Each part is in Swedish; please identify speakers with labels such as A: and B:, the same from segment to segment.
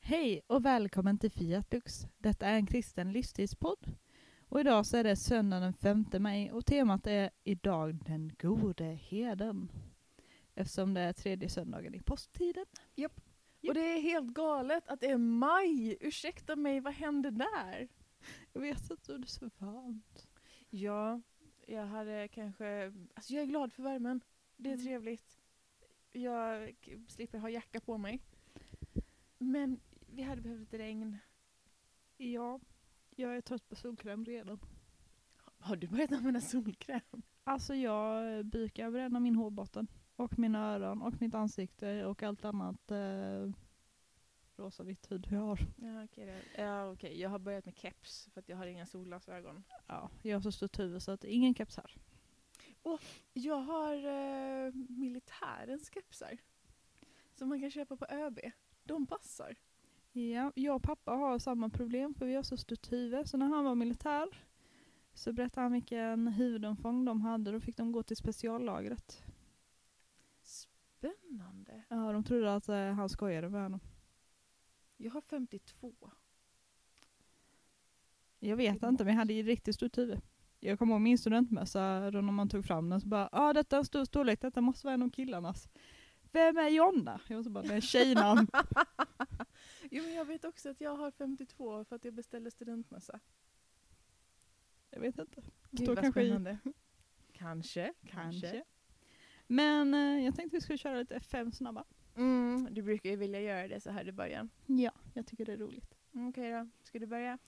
A: Hej och välkommen till Fiat Lux. Detta är en kristen livsstilspodd. Och idag så är det söndagen den 5 maj och temat är idag den gode heden. Eftersom det är tredje söndagen i påsktiden.
B: Och det är helt galet att det är maj. Ursäkta mig, vad hände där?
A: Jag vet att du är så varmt.
B: Ja, jag hade kanske... Alltså jag är glad för värmen. Det är
A: Mm.
B: trevligt. Jag k- slipper ha jacka på mig. Men vi hade behövt lite regn.
A: Ja, jag är trött på solkräm redan.
B: Har du börjat använda solkräm?
A: Alltså jag brukar bränna min hårbotten och mina öron och mitt ansikte och allt annat eh, rosavitt hud jag har.
B: Ja, okej. det- ja, okej. Jag har börjat med keps för att jag har inga solglasögon.
A: Ja, jag har så stort huvud så att ingen keps här.
B: Jag har eh, militärens kepsar. Som man kan köpa på ÖB. De passar.
A: Ja, jag och pappa har samma problem för vi har så stort huvud. Så när han var militär så berättade han vilken huvudomfång de hade. Då fick de gå till speciallagret.
B: Spännande.
A: Ja, de trodde att eh, han skojade med honom.
B: Jag har 52.
A: Jag vet
B: Mm.
A: inte, men jag hade ju riktigt stort huvud. Jag kommer ihåg min studentmössa, då när man tog fram den så bara ja ah, detta är en stor storlek, detta måste vara en av killarnas. Vem är Jonna? Jag var så bara, det är tjejnamn.
B: Jo, men jag vet också att jag har 52 för att jag beställde studentmössa.
A: jag vet inte.
B: Gud,
A: Står
B: vad
A: kanske i-
B: spännande. Kanske,
A: Kanske. Men eh, jag tänkte vi skulle köra lite fem snabba.
B: Mm, du brukar ju vilja göra det så här i början.
A: Ja, jag tycker det är roligt.
B: Mm, Okej då, ska du börja?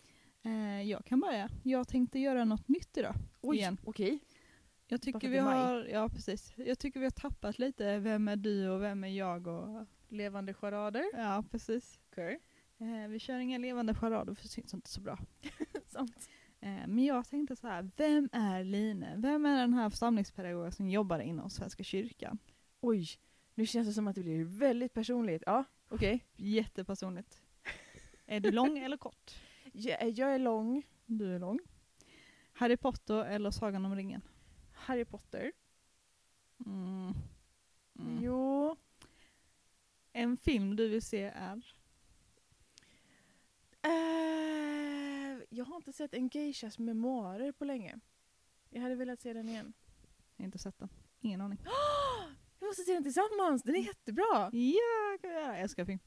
A: Eh, jag kan börja. Jag tänkte göra något nytt idag. igen.
B: okej.
A: Jag
B: för att
A: tycker,
B: det
A: vi
B: är maj.
A: har, ja, precis. jag tycker vi har tappat lite vem är du och vem är jag. Och,
B: Levande charader.
A: ja, precis.
B: Okej.
A: Eh, vi kör inga levande charader för det syns inte så bra.
B: Sant.
A: Eh, men jag tänkte så här, vem är Line? Vem är den här församlingspedagogen som jobbar inom Svenska kyrkan?
B: Oj, nu känns det som att det blir väldigt personligt. Ja, okej.
A: Jättepersonligt. är du lång eller kort?
B: Jag, eh, jag är lång.
A: Du är lång. Harry Potter eller Sagan om ringen?
B: Harry Potter.
A: Mm. Mm.
B: Jo.
A: En film du vill se är?
B: Eh, jag har inte sett en geishas memoarer på länge. Jag hade velat se den igen.
A: Jag har inte sett den. Ingen aning.
B: Vi måste se den tillsammans, den är jättebra!
A: Ja, kan vi göra. Jag älskar film.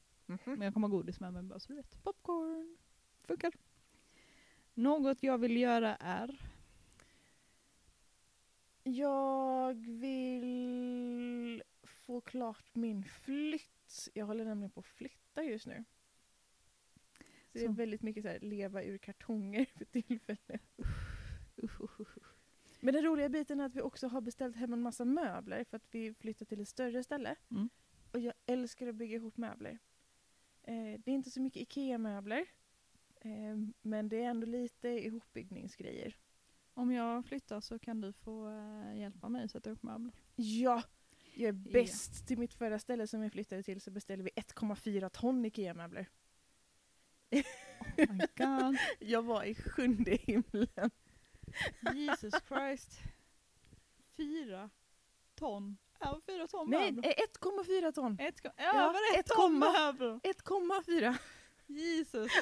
A: Men jag kommer ha godis med mig bara så du vet.
B: Popcorn.
A: Funkar. Något jag vill göra är...
B: Jag vill få klart min flytt. Jag håller nämligen på att flytta just nu. Så det är
A: Så.
B: väldigt mycket så här, leva ur kartonger för tillfället.
A: Usch, usch, usch.
B: Men den roliga biten är att vi också har beställt hem en massa möbler för att vi flyttar till ett större ställe.
A: Mm.
B: Och jag älskar att bygga ihop möbler. Eh, det är inte så mycket IKEA-möbler. Eh, men det är ändå lite ihopbyggningsgrejer.
A: Om jag flyttar så kan du få eh, hjälpa mig att sätta upp möbler.
B: Ja! Jag
A: Ja.
B: är bäst. Till mitt förra ställe som vi flyttade till så beställde vi 1,4 ton IKEA-möbler.
A: Oh my god.
B: Jag var i sjunde himlen.
A: Jesus Christ. Fyra ton. Ja, fyra ton
B: Nej,
A: möbler.
B: eh, 1,4 ton!
A: Ett, ja,
B: Ja,
A: över ett,
B: ett
A: ton
B: komma.
A: möbler.
B: 1,4!
A: Jesus.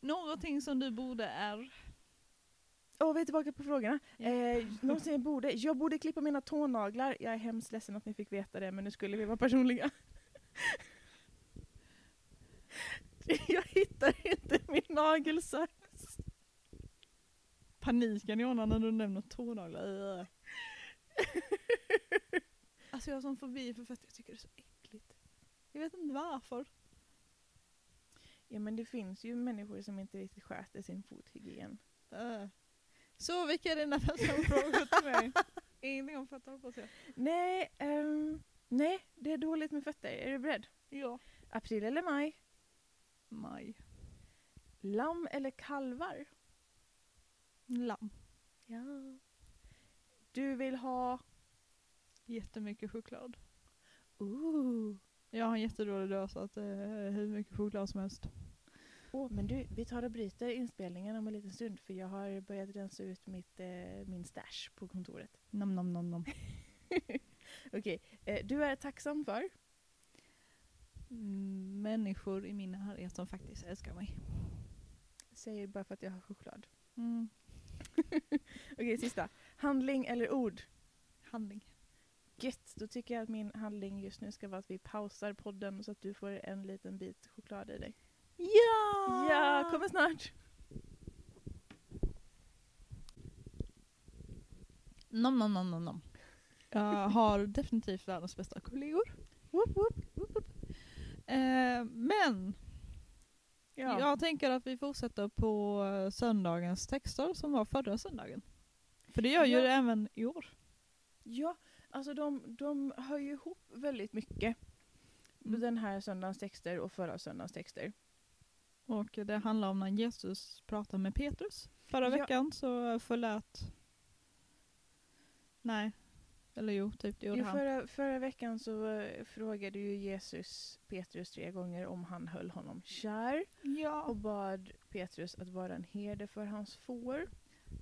A: Någonting som du borde är...
B: Åh, vi är tillbaka på frågorna.
A: Ja.
B: Eh, någonsin jag borde. Jag borde klippa mina tånaglar. Jag är hemskt ledsen att ni fick veta det, men nu skulle vi vara personliga. Jag hittar inte min nagelsax.
A: Paniken Jonna när du nämner tånaglar. alltså jag har sån fobi för fett, jag tycker det är så äckligt. Jag vet inte varför.
B: Ja, men det finns ju människor som inte riktigt sköter sin fothygien.
A: Äh. Så vilka är dina personfrågor till mig? Ingenting om fötter hoppas jag.
B: Nej, ehm, nej, det är dåligt med fötter. Är du beredd?
A: Ja.
B: April eller maj?
A: Maj.
B: Lamm eller kalvar?
A: Lamm.
B: Ja. Du vill ha...
A: Jättemycket choklad.
B: Ooh.
A: Jag har en jättedålig dag så att eh, hur mycket choklad som helst.
B: Åh, men du, vi tar och bryter inspelningen om en liten stund för jag har börjat rensa ut mitt, eh, min stash på kontoret.
A: Nom nom nom nom.
B: Okej, eh, du är tacksam för?
A: mm, människor i min närhet som faktiskt älskar mig.
B: Säger bara för att jag har choklad.
A: Mm.
B: Okej, sista. Handling eller ord?
A: Handling.
B: Gött, då tycker jag att min handling just nu ska vara att vi pausar podden så att du får en liten bit choklad i dig.
A: Ja!
B: Ja, kommer snart!
A: Nom, nom, nom, nom, nom. Jag har definitivt världens bästa kollegor. Woop, woop, woop, woop. Eh, men
B: Ja.
A: jag tänker att vi fortsätter på eh, söndagens texter som var förra söndagen. För det gör ju
B: Ja.
A: det även i år.
B: Ja, alltså de, de hör ju ihop väldigt mycket.
A: Mm.
B: Den här söndagens texter och förra söndagens texter.
A: Och det handlar om när Jesus pratade med Petrus. Förra
B: Ja.
A: veckan så förlät... Nej. Eller jo, typ det gjorde
B: Jo,
A: han.
B: förra, förra veckan så eh, frågade ju Jesus Petrus tre gånger om han höll honom kär och
A: Ja.
B: bad Petrus att vara en herde för hans får.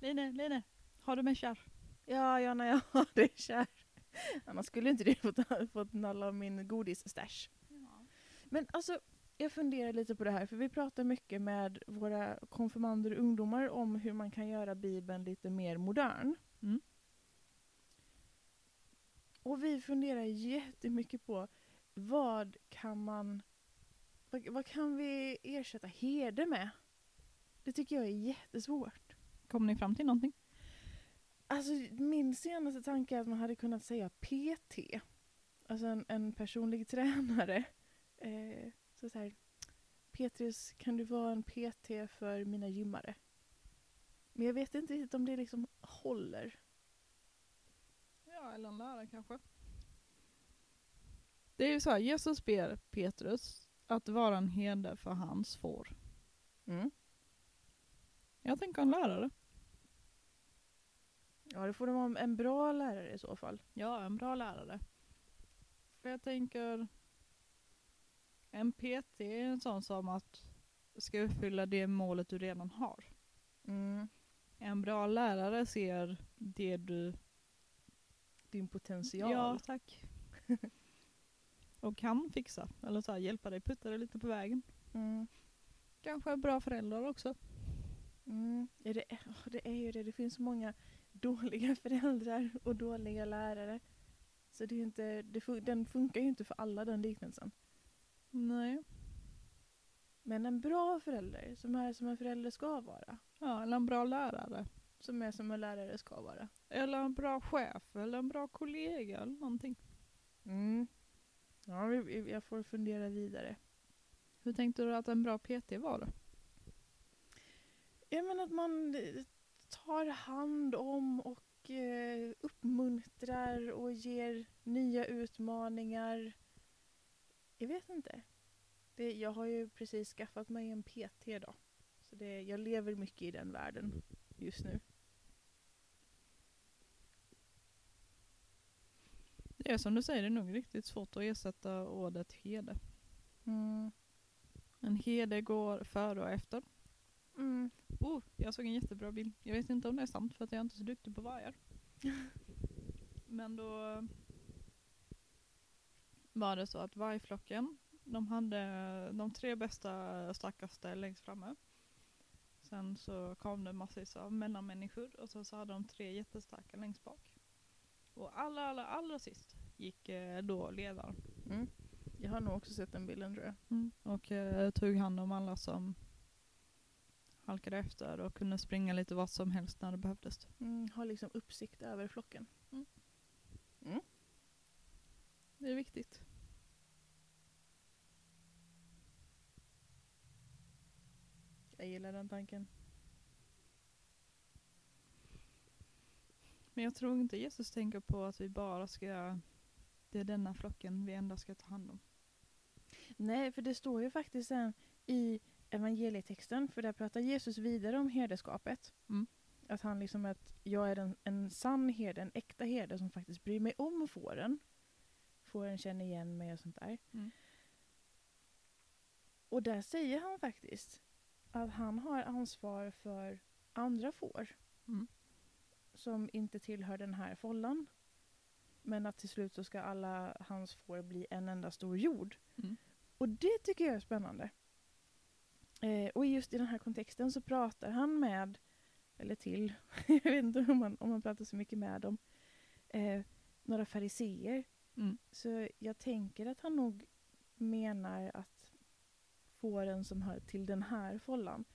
A: Line, Line. Har du mig kär?
B: Ja, ja, när jag har dig kär. Annars skulle inte du fått, fått nalla av min godisstash. Men alltså, jag funderar lite på det här, för vi pratar mycket med våra konfirmander och ungdomar om hur man kan göra Bibeln lite mer modern.
A: Mm.
B: Och vi funderar jättemycket på vad kan man vad, vad kan vi ersätta herde med? Det tycker jag är jättesvårt.
A: Kom ni fram till någonting?
B: Alltså min senaste tanke är att man hade kunnat säga PT. Alltså en, en personlig tränare. Eh, så så här, Petrus, kan du vara en PT för mina gymmare? Men jag vet inte riktigt om det liksom håller.
A: Ja, eller en lärare kanske. Det är ju så här, Jesus ber Petrus att vara en herde för hans får. Jag tänker en lärare.
B: Ja, det får de vara en bra lärare i så fall.
A: Ja, en bra lärare. För jag tänker, en PT är en sån som att ska uppfylla det målet du redan har. En bra lärare ser det du...
B: Din potential.
A: Ja, tack. Och kan fixa, eller så här, hjälpa dig, putta dig lite på vägen.
B: Mm.
A: Kanske bra föräldrar också.
B: Mm. Ja, det, är, åh, det är ju det. Det finns så många dåliga föräldrar och dåliga lärare. Så det är ju inte, det fun- den funkar ju inte för alla den liknelsen.
A: Nej.
B: Men en bra förälder som är som en förälder ska vara.
A: Ja, eller en bra lärare.
B: Som är som en lärare ska vara.
A: Eller en bra chef, eller en bra kollega eller någonting.
B: Mm. Ja, vi- vi- jag får fundera vidare.
A: Hur tänkte du att en bra PT var då?
B: Ja, men att man eh, tar hand om och eh, uppmuntrar och ger nya utmaningar. Jag vet inte. Det, jag har ju precis skaffat mig en PT då. Så det, jag lever mycket i den världen just nu.
A: Det är som du säger, det är nog riktigt svårt att ersätta ordet hede. En hede går före och efter.
B: Mm.
A: Oh, jag såg en jättebra bild. Jag vet inte om det är sant för att jag är inte så duktig på vargar. Men då var det så att vargflocken, de hade de tre bästa starkaste längst framme. Sen så kom det massvis av mellanmänniskor och så, så hade de tre jättestarka längst bak. Och allra, allra, allra sist gick eh, då ledaren
B: Jag har nog också sett den bilden tror jag.
A: och eh, tog hand om alla som halkade efter och kunde springa lite vad som helst när det behövdes.
B: Mm, har liksom uppsikt över flocken.
A: Det är viktigt.
B: Jag gillar den tanken.
A: Men jag tror inte Jesus tänker på att vi bara ska, det är denna flocken vi endast ska ta hand om.
B: Nej, för det står ju faktiskt sen i evangelietexten, för där pratar Jesus vidare om herdeskapet.
A: Mm.
B: Att han liksom är att jag är en, en sann herde, en äkta herde som faktiskt bryr mig om fåren. Fåren känner igen mig och sånt där.
A: Mm.
B: Och där säger han faktiskt att han har ansvar för andra får.
A: Mm.
B: Som inte tillhör den här fållan. Men att till slut så ska alla hans får bli en enda stor jord. Och det tycker jag är spännande. Eh, och just i den här kontexten så pratar han med, eller till, jag vet inte om man, om man pratar så mycket med dem, eh, några fariseer.
A: Mm.
B: Så jag tänker att han nog menar att fåren som hör till den här follan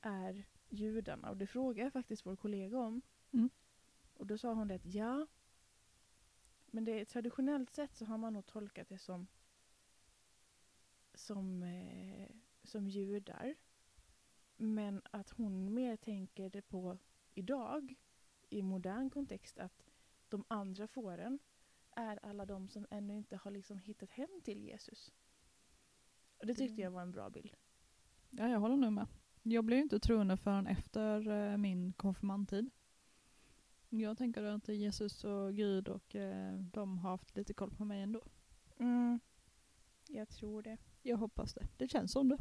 B: är judarna. Och det frågade jag faktiskt vår kollega om.
A: Mm.
B: Och då sa hon det att ja, men det, traditionellt sett så har man nog tolkat det som som, eh, som judar. Men att hon mer tänker det på idag, i modern kontext, att de andra fåren är alla de som ännu inte har liksom hittat hem till Jesus. Och det tyckte jag var en bra bild.
A: Ja, jag håller nog med. Jag blev ju inte troende förrän efter eh, min konfirmandtid. Jag tänker att Jesus och Gud och eh, de har haft lite koll på mig ändå.
B: Jag tror det.
A: Jag hoppas det. Det känns som det.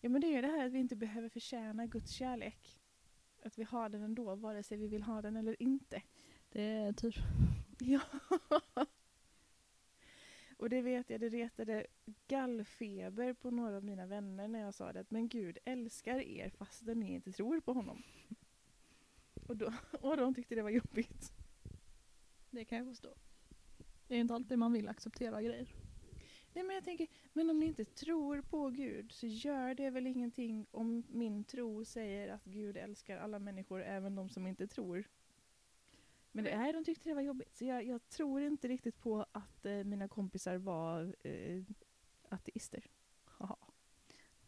B: Ja men det är ju det här att vi inte behöver förtjäna Guds kärlek. Att vi har den ändå, vare sig vi vill ha den eller inte.
A: Det är tur.
B: Ja. Och det vet jag, det retade gallfeber på några av mina vänner när jag sa det att men Gud älskar er fastän ni inte tror på honom. Och, då, och de tyckte det var jobbigt.
A: Det kan jag förstå. Det är inte alltid man vill acceptera grejer.
B: Nej men jag tänker, men om ni inte tror på Gud så gör det väl ingenting om min tro säger att Gud älskar alla människor, även de som inte tror. Men det, nej, de tyckte det var jobbigt. Så jag, jag tror inte riktigt på att eh, mina kompisar var eh, ateister. Haha.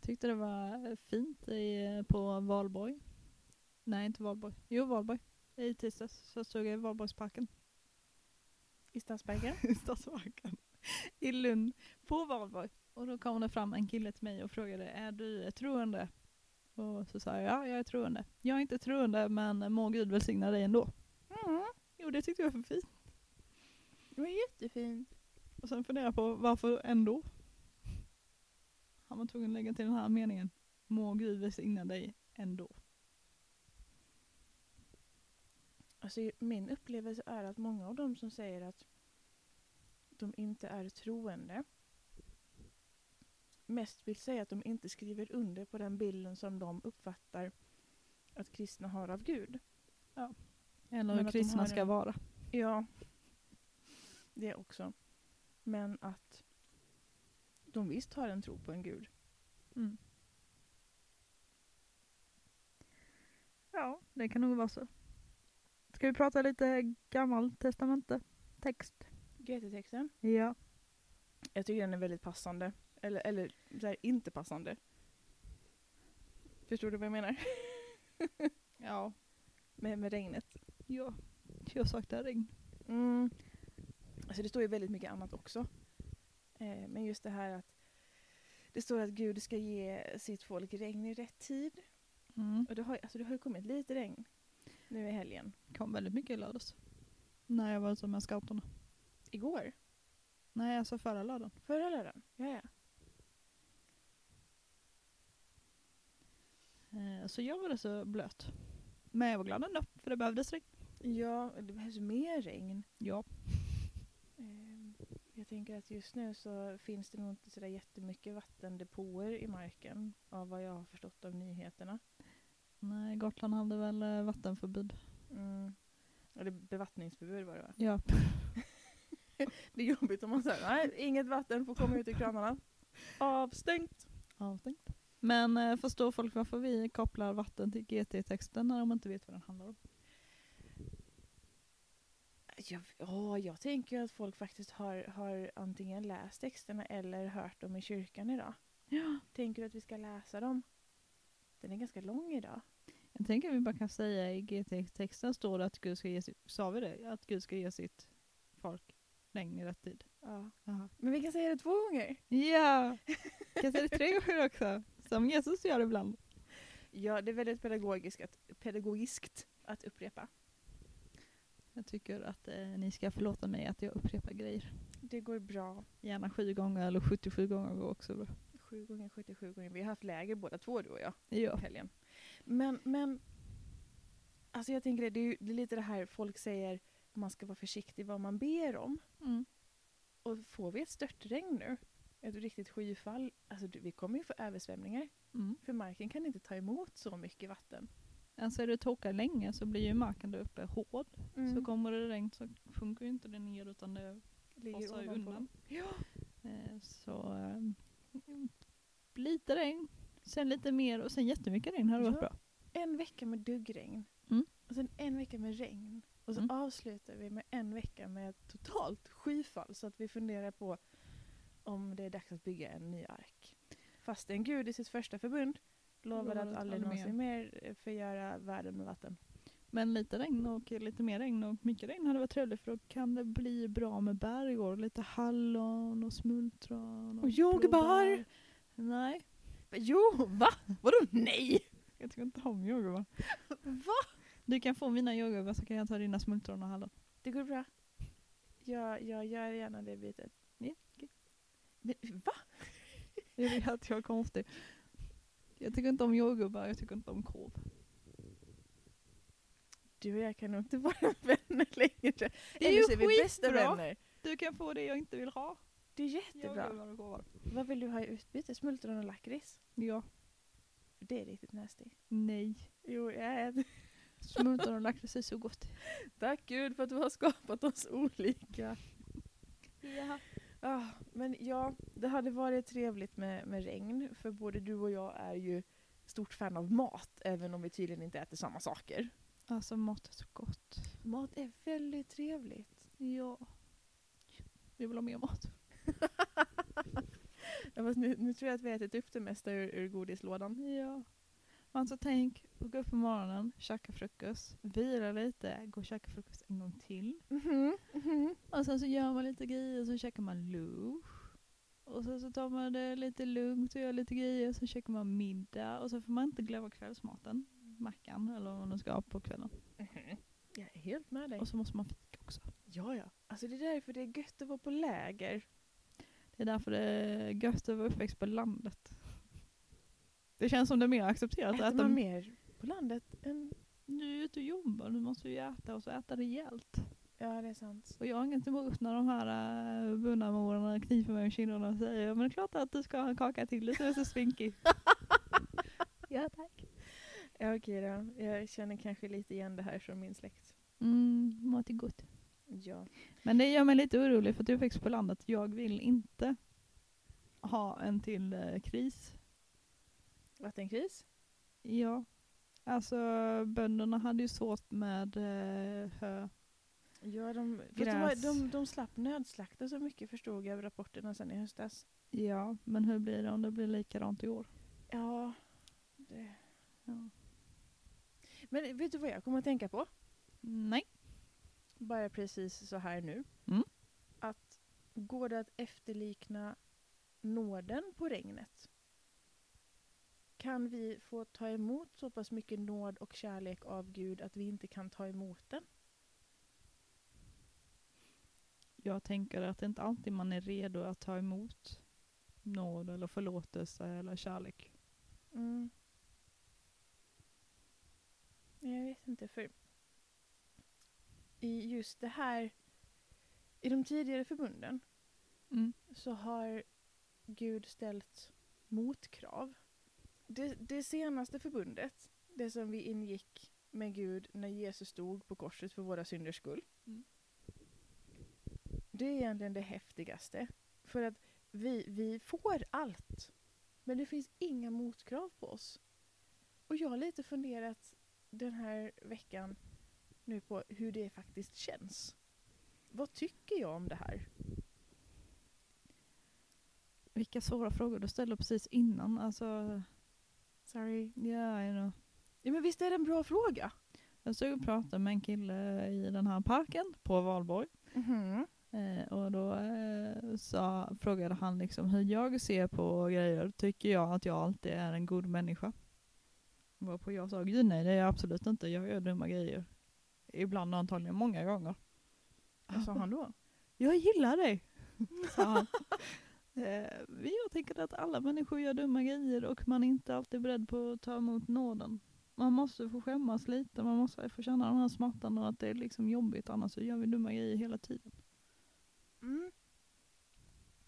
A: Tyckte det var fint i, på valborg. Nej, inte valborg. Jo, valborg. I tisdags så stod jag i valborgsparken.
B: I Stadsbergen?
A: i Stadsparken i Lund på valborg. Och då kom det fram en kille till mig och frågade är du troende? Och så sa jag ja, jag är troende. Jag är inte troende men må Gud välsigna dig ändå.
B: Mm,
A: Jo, det tyckte jag var fint.
B: det var jättefint.
A: Och sen funderade jag på varför ändå? Han var tvungen att lägga till den här meningen. Må Gud välsigna dig ändå.
B: Alltså, min upplevelse är att många av dem som säger att de inte är troende mest vill säga att de inte skriver under på den bilden som de uppfattar att kristna har av Gud.
A: Eller
B: Men att
A: hur
B: de
A: kristna
B: har
A: ska
B: en-
A: vara.
B: Ja, det också. Men att de visst har en tro på en gud.
A: Mm. Ja, det kan nog vara så. Ska vi prata lite gammalt testamente? Text?
B: GT-texten.
A: Ja.
B: Jag tycker den är väldigt passande. Eller, eller så här, inte passande. Förstår du vad jag menar?
A: Ja.
B: Med, med regnet.
A: ja. Jag saknar regn.
B: Mm. Alltså det står ju väldigt mycket annat också. Eh, men just det här att det står att Gud ska ge sitt folk regn i rätt tid.
A: Mm.
B: Och det har, ju- alltså det har ju kommit lite regn nu i helgen.
A: kom väldigt mycket i lördags. När jag var ute med scouterna.
B: Igår.
A: Nej, alltså förra lördagen.
B: Förra lördagen? Ja, ja.
A: Eh, så jag var rätt så blöt. Men jag var glad ändå, för det behövdes regn.
B: Ja, det behövs mer regn.
A: Ja.
B: Ehm, Jag tänker att just nu så finns det nog inte sådär jättemycket vattendepåer i marken av vad jag har förstått av nyheterna.
A: Nej, Gotland hade väl eh, vattenförbud.
B: Mm. Eller bevattningsförbud var det va?
A: Ja.
B: Det är jobbigt om man säger nej, inget vatten får komma ut i kranarna. Avstängt!
A: Avstängt. Men eh, förstår folk varför vi kopplar vatten till GT-texten när de inte vet vad den handlar om?
B: Jag, ja, jag tänker att folk faktiskt har, har antingen läst texterna eller hört dem i kyrkan idag.
A: Ja.
B: Tänker du att vi ska läsa dem? Den är ganska lång idag.
A: Jag tänker att vi bara kan säga i GT-texten står det att Gud ska ge sitt, sa vi det? Att Gud ska ge sitt folk regn i rätt tid.
B: Ja. Men vi kan säga det två gånger.
A: Ja! Kan säga det tre gånger också. Som Jesus gör ibland.
B: Ja, det är väldigt pedagogiskt att, pedagogiskt att upprepa.
A: Jag tycker att eh, ni ska förlåta mig att jag upprepar grejer.
B: Det går bra.
A: Gärna sju gånger eller 77 gånger går också bra.
B: 7 gånger 77 gånger. Vi har haft läger båda två, du och jag, i
A: Ja.
B: helgen. Men, men alltså jag tänker det, det är ju det är lite det här folk säger man ska vara försiktig vad man ber om.
A: Mm.
B: Och får vi ett störtregn nu, ett riktigt skyfall, alltså du- vi kommer ju få översvämningar.
A: Mm.
B: För marken kan inte ta emot så mycket vatten.
A: Alltså är det torka länge så blir ju marken där uppe hård.
B: Mm.
A: Så kommer det regn så funkar ju inte det ner utan det
B: Ligger
A: forsar ju
B: ovanpå.
A: undan.
B: Ja.
A: Eh, Så eh, mm, lite regn, sen lite mer och sen jättemycket regn hade varit
B: Ja.
A: bra.
B: En vecka med duggregn.
A: Mm.
B: Och sen en vecka med regn. Och så
A: Mm.
B: avslutar vi med en vecka med totalt skyfall. Så att vi funderar på om det är dags att bygga en ny ark. Fast en gud i sitt första förbund lovade att aldrig någonsin mer förgöra världen med vatten.
A: Men lite regn och lite mer regn och mycket regn hade varit trevligt för då kan det bli bra med bär och lite hallon och smultron.
B: Och jordgubbar!
A: blåbär. Nej,
B: Jo, va? Vadå nej?
A: jag tycker inte om jordgubbar.
B: Va?
A: Du kan få mina jordgubbar så kan jag ta dina smultron och hallon.
B: Det går bra. Jag, jag gör gärna det bytet.
A: Ja,
B: Men va?
A: Jag vet att jag är konstig. Jag tycker inte om jordgubbar, jag tycker inte om korv.
B: Du och jag kan nog inte vara vänner längre.
A: Det är
B: Eller
A: ju
B: så är vi bästa
A: skitbra.
B: vänner.
A: Du kan få det jag inte vill ha.
B: Det är jättebra.
A: Jordgubbar och korvar.
B: Vad vill du ha i utbyte? Smultron och lakrits?
A: Ja.
B: För Det är riktigt nasty.
A: Nej.
B: Jo, jag äter.
A: Smultron och lakrits är så gott.
B: Tack gud för att du har skapat oss olika.
A: Ja.
B: Ah, men ja, det hade varit trevligt med, med regn. För både du och jag är ju stort fan av mat. Även om vi tydligen inte äter samma saker.
A: Alltså mat är så gott.
B: Mat är väldigt trevligt.
A: Ja. Jag vill ha mer mat.
B: Ja, fast nu, nu tror jag att vi har ätit upp det mesta ur, ur godislådan.
A: Ja. Men så tänk, gå upp på morgonen, käka frukost, vila lite, gå och käka frukost en gång till.
B: Mhm, mhm.
A: Och sen så gör man lite grejer, så käkar man lunch. Och sen så tar man det lite lugnt och gör lite grejer, så käkar man middag. Och så får man inte glömma kvällsmaten, mackan eller vad man nu ska ha på kvällen.
B: Mm-hmm. Jag är helt med dig.
A: Och så måste man fika också.
B: Ja, ja. Alltså det är därför det är gött att vara på läger.
A: Det är därför det är gött att vara uppväxt på landet. Det känns som det är mer accepterat
B: Äter
A: att
B: man
A: äta
B: mer på landet än
A: Nu är du ute och jobbar, du måste ju äta och så äta rejält.
B: Ja, det är sant.
A: Och jag har inget emot när de här äh, bundamorarna kniper mig i kinderna och säger men det är klart att du ska ha en kaka till, du ser så spinkig. ja tack.
B: Ja, okej då. Jag känner kanske lite igen det här från min släkt.
A: Mm, mat är gott.
B: Ja.
A: Men det gör mig lite orolig för att du växte på landet. Jag vill inte ha en till eh, kris.
B: Vattenkris?
A: Ja. Alltså bönderna hade ju svårt med eh, hö.
B: Ja, de, fast de, var,
A: Gräs.
B: de, de slapp nödslakta så mycket förstod jag av rapporterna sen i höstas.
A: Ja, men hur blir det om det blir likadant i år?
B: Ja. Det.
A: Ja.
B: Men vet du vad jag kommer att tänka på?
A: Nej.
B: Bara precis så här nu.
A: Mm.
B: Att går det att efterlikna nåden på regnet? Kan vi få ta emot så pass mycket nåd och kärlek av Gud att vi inte kan ta emot den?
A: Jag tänker att det är inte alltid man är redo att ta emot nåd eller förlåtelse eller kärlek.
B: Mm. Nej, Jag vet inte, för i just det här, i de tidigare förbunden
A: Mm.
B: så har Gud ställt motkrav. Det, det senaste förbundet, det som vi ingick med Gud när Jesus stod på korset för våra synders skull.
A: Mm.
B: Det är egentligen det häftigaste. För att vi, vi får allt. Men det finns inga motkrav på oss. Och jag har lite funderat den här veckan nu på hur det faktiskt känns. Vad tycker jag om det här?
A: Vilka svåra frågor du ställde precis innan. Alltså,
B: Sorry.
A: yeah, you know.
B: Ja, men visst är det en bra fråga?
A: Jag stod och pratade med en kille i den här parken på Valborg.
B: Mm-hmm.
A: Eh, och då eh, sa, frågade han liksom hur jag ser på grejer. Tycker jag att jag alltid är en god människa? Varpå jag sa, gud nej det är jag absolut inte. Jag gör dumma grejer. Ibland och antagligen många gånger.
B: Vad sa han då?
A: Jag gillar dig, sa han. Eh, jag tänker att alla människor gör dumma grejer och man är inte alltid beredd på att ta emot nåden. Man måste få skämmas lite, man måste få känna den här smärtan och att det är liksom jobbigt annars så gör vi dumma grejer hela tiden.
B: Mm.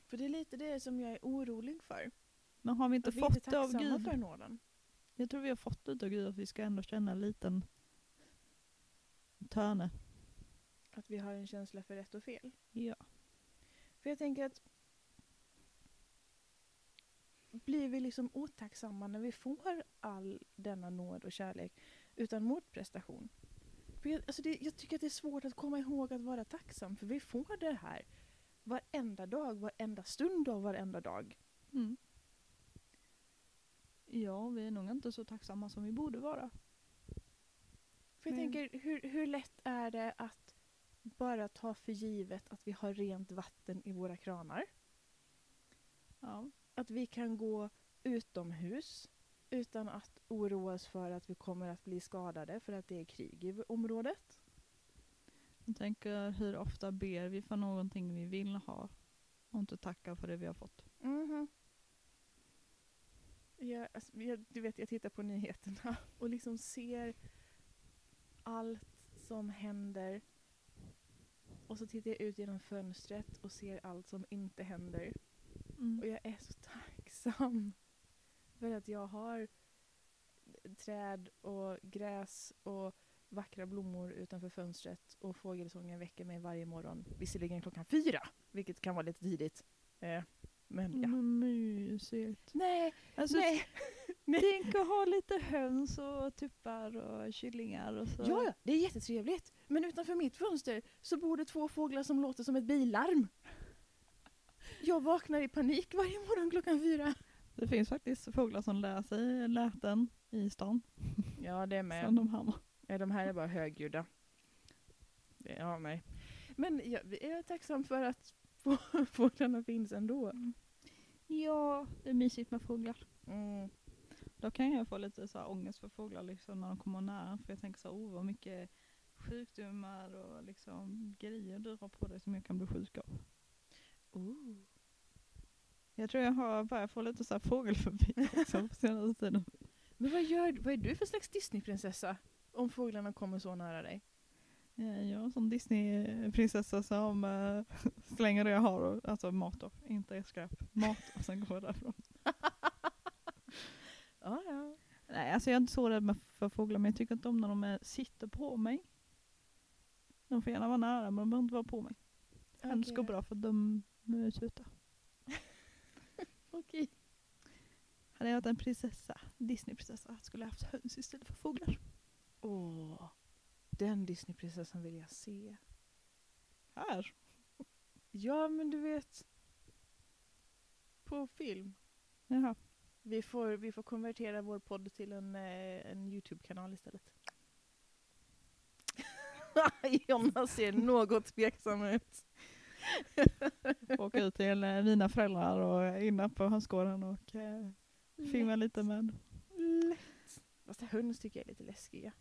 B: För det är lite det som jag är orolig för.
A: Men har vi inte
B: Att vi
A: fått
B: inte är
A: det av
B: tacksamma
A: Gud?
B: för nåden.
A: Jag tror vi har fått det av Gud att vi ska ändå känna en liten törne.
B: Att vi har en känsla för rätt och fel.
A: Ja.
B: För jag tänker att blir vi liksom otacksamma när vi får all denna nåd och kärlek utan motprestation? För jag, alltså det, jag tycker att det är svårt att komma ihåg att vara tacksam för vi får det här varenda dag, varenda stund av varenda dag.
A: Mm. Ja, vi är nog inte så tacksamma som vi borde vara.
B: För jag
A: Mm.
B: tänker, hur, hur lätt är det att bara ta för givet att vi har rent vatten i våra kranar?
A: Ja.
B: att vi kan gå utomhus utan att oroa oss för att vi kommer att bli skadade för att det är krig i området.
A: Jag tänker hur ofta ber vi för någonting vi vill ha och inte tackar för det vi har fått.
B: Jag, alltså, jag, du vet, jag tittar på nyheterna och liksom ser allt som händer. Och så tittar jag ut genom fönstret och ser allt som inte händer. Och
A: Mm.
B: jag är så tacksam för att jag har träd och gräs och vackra blommor utanför fönstret och fågelsången väcker mig varje morgon. Visserligen klockan fyra, vilket kan vara lite tidigt. Eh, men ja.
A: Men Mm, mysigt.
B: Nej,
A: Alltså, typ-
B: nej.
A: Tänk att ha lite höns och tuppar och kyllingar och så.
B: Ja, ja, det är jättetrevligt. Men utanför mitt fönster så bor det två fåglar som låter som ett bilarm. Jag vaknar i panik varje morgon klockan fyra.
A: Det finns faktiskt fåglar som lär sig läten i stan.
B: Ja, det är
A: Som de härmar.
B: Nej, de här är bara högljudda. Det- Ja, nej. Men jag vi är tacksam för att få- fåglarna finns ändå.
A: Ja, det är mysigt med fåglar.
B: Mm.
A: Då kan jag få lite så här ångest för fåglar liksom när de kommer nära. För jag tänker så här, oh vad mycket sjukdomar och liksom grejer du har på dig som jag kan bli sjuk av.
B: Oh.
A: Jag tror jag har börjat få lite så här fågelfobi också på senaste tiden.
B: Men vad, gör, vad är du för slags Disneyprinsessa? Om fåglarna kommer så nära dig.
A: Ja, Eh, Jag är som Disneyprinsessa som eh, slänger det jag har, och- alltså mat då, inte skräp. Mat och sen går jag därifrån.
B: Ja, ja.
A: Nej, alltså jag är inte så rädd med- för fåglar, men jag tycker inte om när de eh, sitter på mig. De får gärna vara nära, men de behöver inte vara på mig. Det okay. går bra för de eh, tjutar.
B: Okej.
A: Hade jag varit en prinsessa, Disneyprinsessa, skulle jag haft höns istället för fåglar.
B: Åh, den Disneyprinsessan vill jag se.
A: Här?
B: Ja, men du vet. På film.
A: Jaha.
B: Vi får, vi får konvertera vår podd till en, eh, en YouTube-kanal istället. Jonna ser något tveksam ut.
A: Åka ut till eh, mina föräldrar och inne på hönsgården och eh, filma lite med.
B: Lätt. Fast höns tycker jag är lite läskiga.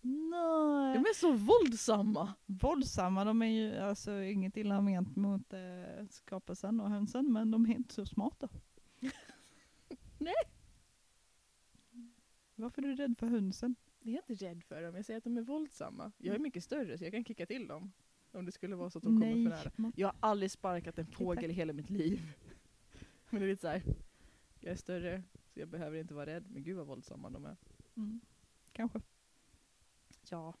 A: Nej.
B: De är så våldsamma!
A: våldsamma. De är ju alltså inget illa ment mot eh, skapelsen och hönsen men de är inte så smarta.
B: Nej.
A: Varför är du rädd för hönsen?
B: Jag är inte rädd för dem, jag säger att de är våldsamma. Jag är mycket större så jag kan kicka till dem. Om det skulle vara så att de kommer för nära.
A: man-
B: Jag har aldrig sparkat en fågel
A: tack.
B: i hela mitt liv. Men det är lite såhär, jag är större så jag behöver inte vara rädd. Men gud vad våldsamma de är.
A: Mm. Kanske.
B: Ja.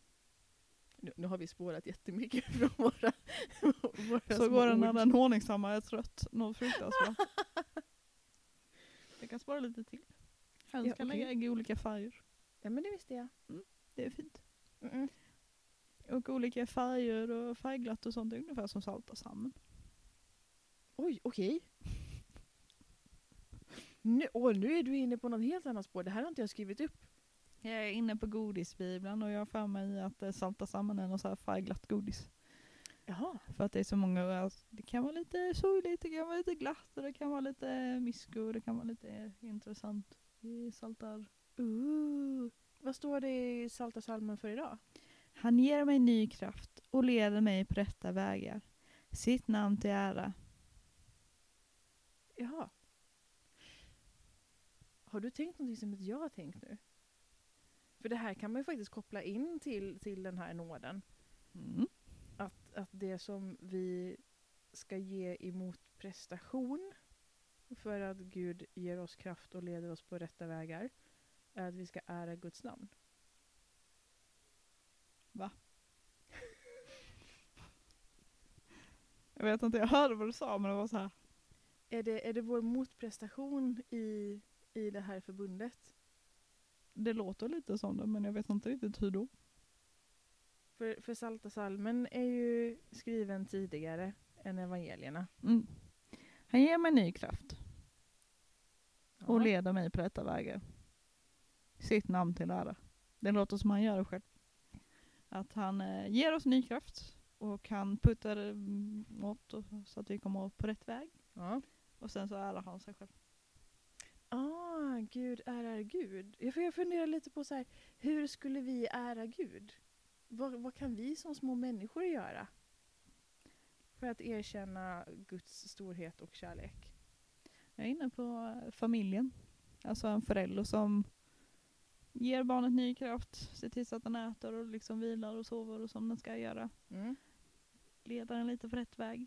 B: Nu, nu har vi spårat jättemycket från våra, våra
A: Så går det när den ordningsamma är trött. Något fruktansvärt. Jag kan spara lite till. Höns
B: Ja,
A: kan
B: okej.
A: lägga ägg i olika färger.
B: Ja men det visste jag.
A: Det är fint. Och olika färger och färgglatt och sånt är ungefär som salta salmon.
B: Oj, okej. Nu, åh, nu är du inne på något helt annat spår. Det här har inte jag skrivit upp.
A: Jag är inne på godisbibeln och jag har för mig att eh, salta salmon är något så här färgglatt godis.
B: Jaha.
A: För att det är så många, alltså, det kan vara lite sorgligt, det kan vara lite glatt och det kan vara lite eh, mysko, det kan vara lite intressant. Vi saltar.
B: Ooh. Uh. Vad står det i Salta salmen för idag?
A: Han ger mig ny kraft och leder mig på rätta vägar. Sitt namn till ära.
B: Jaha. Har du tänkt någonting som inte jag har tänkt nu? För det här kan man ju faktiskt koppla in till, till den här nåden.
A: Mm.
B: att, att det som vi ska ge emot prestation för att Gud ger oss kraft och leder oss på rätta vägar är att vi ska ära Guds namn.
A: Jag vet inte, jag hörde vad du sa men det var så här.
B: Är det, är det vår motprestation i, i det här förbundet?
A: Det låter lite som det men jag vet inte riktigt hur då.
B: För, för Salta salmen är ju skriven tidigare än evangelierna.
A: Mm. Han ger mig ny kraft och
B: Ja.
A: leder mig på rätta vägar. Sitt namn till ära. Det låter som han gör det själv. Att han eh, ger oss ny kraft och han puttar mm, åt oss så att vi kommer på rätt väg.
B: Ja.
A: Och sen så ärar han sig själv.
B: Ah, Gud ärar Gud. Jag, får- jag funderar lite på så här, hur skulle vi ära Gud? Vad, vad kan vi som små människor göra? För att erkänna Guds storhet och kärlek.
A: Jag är inne på eh, familjen. Alltså en förälder som ger barnet ny kraft, ser till så att den äter och liksom vilar och sover och som den ska göra.
B: Mm.
A: leder den lite på rätt väg.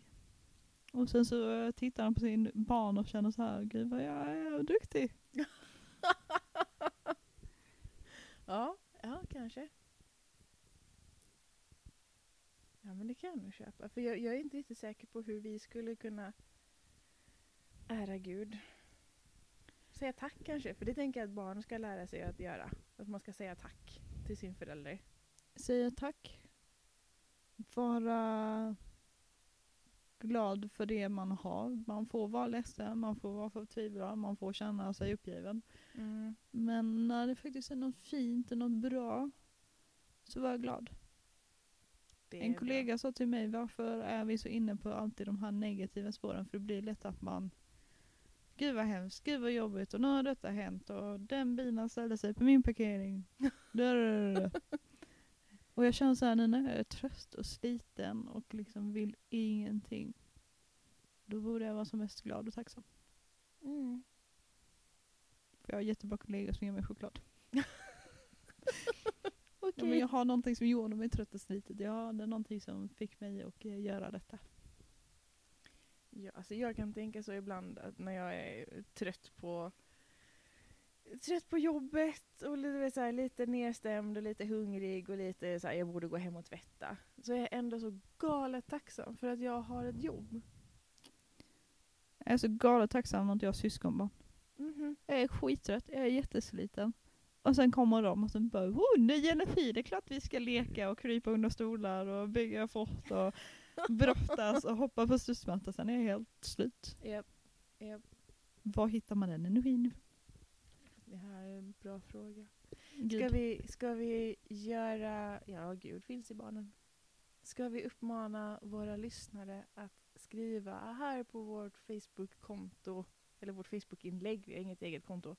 A: Och sen så eh, tittar han på sin barn och känner så här, gud vad jag är duktig.
B: Ja, ja, kanske. Ja, men det kan jag nog köpa. För jag, jag är inte riktigt säker på hur vi skulle kunna ära Gud. Säga tack kanske, för det tänker jag att barn ska lära sig att göra. Att man ska säga tack till sin förälder.
A: Säga tack. Vara glad för det man har. Man får vara ledsen, man får vara förtvivlad, man får känna sig uppgiven. Mm. Men när det faktiskt är något fint och något bra så var jag glad.
B: Det är
A: En
B: bra.
A: kollega sa till mig, varför är vi så inne på alltid de här negativa spåren? För det blir lätt att man, gud vad hemskt, gud vad jobbigt och nu har detta hänt och den bilen ställde sig på min parkering. Drrrr. och jag känner så här nu när jag är trött och sliten och liksom vill ingenting. Då borde jag vara som mest glad och tacksam.
B: Mm.
A: För jag har jättebra kollegor som ger mig choklad. Ja,
B: Okej.
A: men jag har någonting som gjorde mig trött och sliten. Jag har någonting som fick mig att eh, göra detta.
B: Ja, alltså jag kan tänka så ibland att när jag är trött på trött på jobbet och lite, så här, lite nedstämd och lite hungrig och lite så här, jag borde gå hem och tvätta. Så är jag ändå så galet tacksam för att jag har ett jobb.
A: Jag är så galet tacksam att jag har syskonbarn.
B: Mhm.
A: Jag är skittrött, jag är jättesliten. Och sen kommer de och sen bara oh, ny energi, det är klart vi ska leka och krypa under stolar och bygga fort och brottas och hoppa på studsmatta. Sen är jag helt slut.
B: Japp, japp.
A: Var hittar man den energin ifrån?
B: Det här är en bra fråga. Ska
A: Gud.
B: vi, ska vi göra, ja Gud finns i barnen. Ska vi uppmana våra lyssnare att skriva här på vårt Facebook-konto, eller vårt Facebook-inlägg, vi har inget eget konto,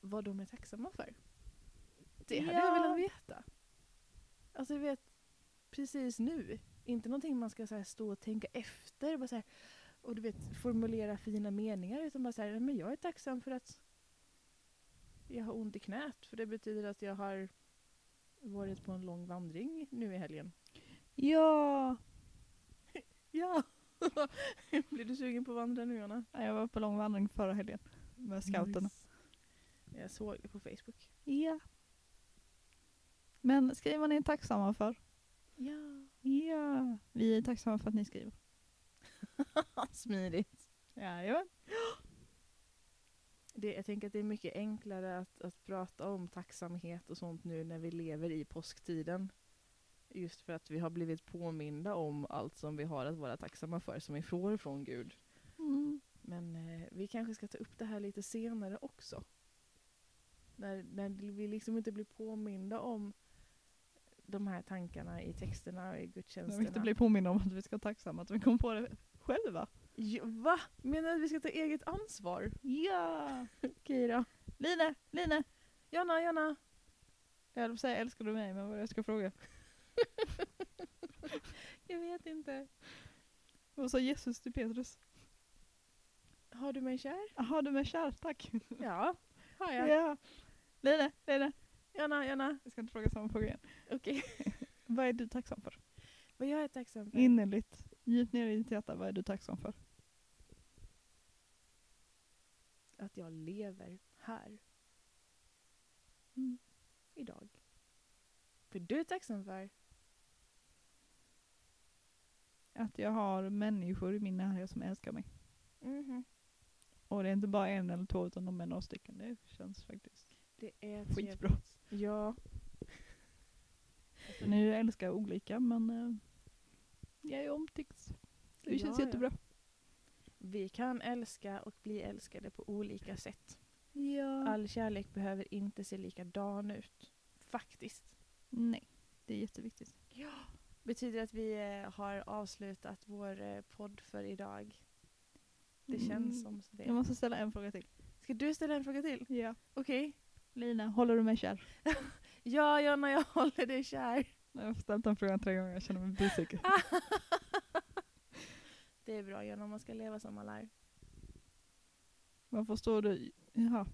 B: vad de är tacksamma för? Det hade jag
A: Ja.
B: velat veta. Alltså du vet, precis nu, inte någonting man ska så här, stå och tänka efter bara så här, och du vet formulera fina meningar utan bara så här, men jag är tacksam för att jag har ont i knät för det betyder att jag har varit på en lång vandring nu i helgen.
A: Ja!
B: Ja! Blir du sugen på att vandra nu Anna?
A: Jag var på lång vandring förra helgen med scouterna.
B: Nice. Jag såg det på Facebook.
A: Ja. Men skriv vad ni är tacksamma för.
B: Ja.
A: Ja. Vi är tacksamma för att ni skriver.
B: Smidigt.
A: Jajamän.
B: Det, jag tänker att det är mycket enklare att, att prata om tacksamhet och sånt nu när vi lever i påsktiden. Just för att vi har blivit påminda om allt som vi har att vara tacksamma för som vi får från Gud.
A: Mm.
B: Men eh, vi kanske ska ta upp det här lite senare också. När, när vi liksom inte blir påminda om de här tankarna i texterna och i
A: När
B: gudstjänsterna.
A: vi inte blir påminna om att vi ska vara tacksamma, att vi kom på det själva.
B: ja, va? Menar du att vi ska ta eget ansvar?
A: Ja!
B: Okej då.
A: Line, Line!
B: Jonna, Jonna!
A: Jag höll på att säga älskar du mig, men vad var det jag ska fråga?
B: Jag vet inte.
A: Vad sa Jesus till Petrus?
B: Har du mig kär?
A: Jaha, du är kär, tack.
B: Ja, har jag.
A: Ja. Line, Line!
B: Jonna, Jonna.
A: Jag ska inte fråga samma fråga igen.
B: Okej.
A: Vad är du tacksam för?
B: Vad jag är tacksam för?
A: Innerligt. Djupt ner i ditt hjärta, vad är du tacksam för?
B: Att jag lever här.
A: Mm.
B: Idag. För du är tacksam för?
A: Att jag har människor i min närhet som älskar mig.
B: Mhm.
A: Och det är inte bara en eller två utan de är några stycken. Det känns faktiskt
B: Det är
A: skitbra.
B: Ja.
A: Sen är jag Alltså, älskar olika men eh, jag är omtyckt. Det känns
B: Ja, ja.
A: jättebra.
B: Vi kan älska och bli älskade på olika sätt.
A: Ja.
B: All kärlek behöver inte se likadan ut. Faktiskt.
A: Nej, det är jätteviktigt.
B: Betyder att vi eh, har avslutat vår eh, podd för idag. Det
A: Mm.
B: känns som det.
A: Jag måste ställa en fråga till.
B: Ska du ställa en fråga till?
A: Ja.
B: Okej.
A: Lina, håller du mig kär?
B: Ja, Jonna, jag håller dig kär.
A: Jag har ställt den frågan tre gånger, jag känner mig besviken.
B: Det är bra, Jonna, man ska leva som man lär.
A: Varför står du... Jaha.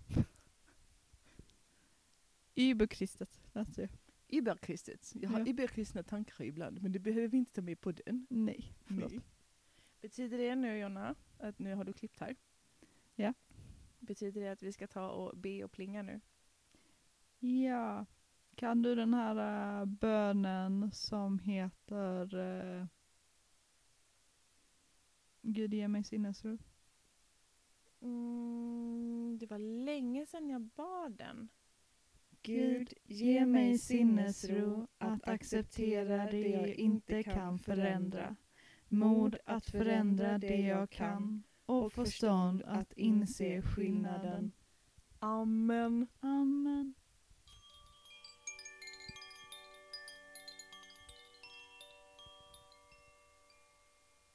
A: Überkristet, läste jag.
B: Überkristet. Jag
A: Ja.
B: überkristna tankar ibland, men det behöver vi inte ta med på den.
A: Nej, förlåt.
B: Betyder det nu, Jonna, att nu har du klippt här?
A: Ja.
B: Betyder det att vi ska ta och be och plinga nu?
A: Ja. Kan du den här äh, bönen som heter äh, Gud ge mig sinnesro?
B: Mm, det var länge sedan jag bad den.
A: Gud, ge mig sinnesro att acceptera det jag inte kan förändra. Mod att förändra det jag kan och förstånd att inse skillnaden.
B: Amen.
A: Amen.